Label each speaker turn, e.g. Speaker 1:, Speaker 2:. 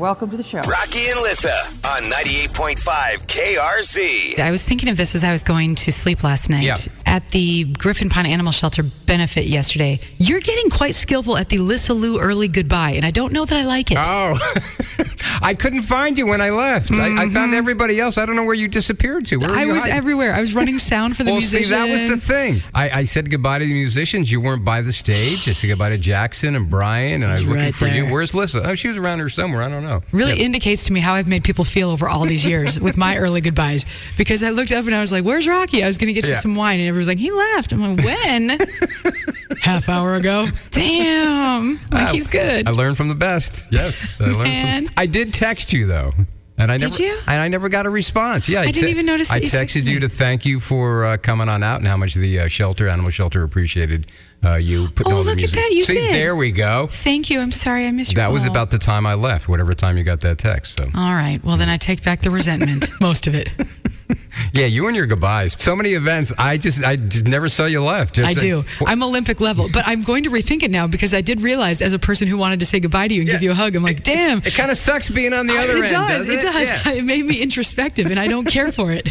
Speaker 1: Welcome to the show.
Speaker 2: Rocky and Lissa on 98.5 KRZ.
Speaker 3: I was thinking of this as I was going to sleep last night
Speaker 4: Yeah.
Speaker 3: at the Griffin Pond Animal Shelter benefit yesterday. You're getting quite skillful at the Lissa Lou early goodbye, and I don't know that I like it.
Speaker 4: Oh, I couldn't find you when I left. I, I found everybody else. I don't know where you disappeared to. Where were
Speaker 3: Mm-hmm. I
Speaker 4: you
Speaker 3: was
Speaker 4: hiding?
Speaker 3: everywhere. I was running sound for the
Speaker 4: well,
Speaker 3: musicians.
Speaker 4: see, that was the thing. I, I said goodbye to the musicians. You weren't by the stage. I said goodbye to Jackson and Brian, and I was
Speaker 3: Right
Speaker 4: looking for you.
Speaker 3: there.
Speaker 4: Where's Lissa? Oh, she was around here somewhere. I don't know.
Speaker 3: Really indicates to me how I've made people feel over all these years with my early goodbyes. Because I looked up and I was like, "Where's Rocky?" I was going to get you
Speaker 4: Yeah.
Speaker 3: some wine, and everyone was like, "He left." I'm like, "When?" Half hour ago. Damn. Like he's good.
Speaker 4: I learned from the best. Yes, I learned. from-
Speaker 3: Man.
Speaker 4: I did text you though. And I
Speaker 3: Did
Speaker 4: never,
Speaker 3: you?
Speaker 4: And I never got a response. Yeah, I,
Speaker 3: didn't even notice
Speaker 4: I
Speaker 3: that you
Speaker 4: texted
Speaker 3: texted
Speaker 4: you
Speaker 3: me.
Speaker 4: to thank you for uh, coming on out and how much the uh, shelter, animal shelter, appreciated uh, you putting
Speaker 3: Oh,
Speaker 4: all the
Speaker 3: look at
Speaker 4: music.
Speaker 3: that, you
Speaker 4: See,
Speaker 3: did.
Speaker 4: there we go.
Speaker 3: Thank you. I'm sorry I missed you.
Speaker 4: That was
Speaker 3: all.
Speaker 4: about the time I left, whatever time you got that text. So,
Speaker 3: All right. Well, then I take back the resentment, most of it.
Speaker 4: yeah, you and your goodbyes. So many events. I just, I just never saw you left. Just-
Speaker 3: I do. I'm Olympic level, but I'm going to rethink it now because I did realize, as a person who wanted to say goodbye to you and give you a hug, I'm like, damn.
Speaker 4: It kind of sucks being on the other
Speaker 3: it
Speaker 4: end.
Speaker 3: does.
Speaker 4: doesn't
Speaker 3: It does.
Speaker 4: Yeah.
Speaker 3: It made me introspective, and I don't care for it.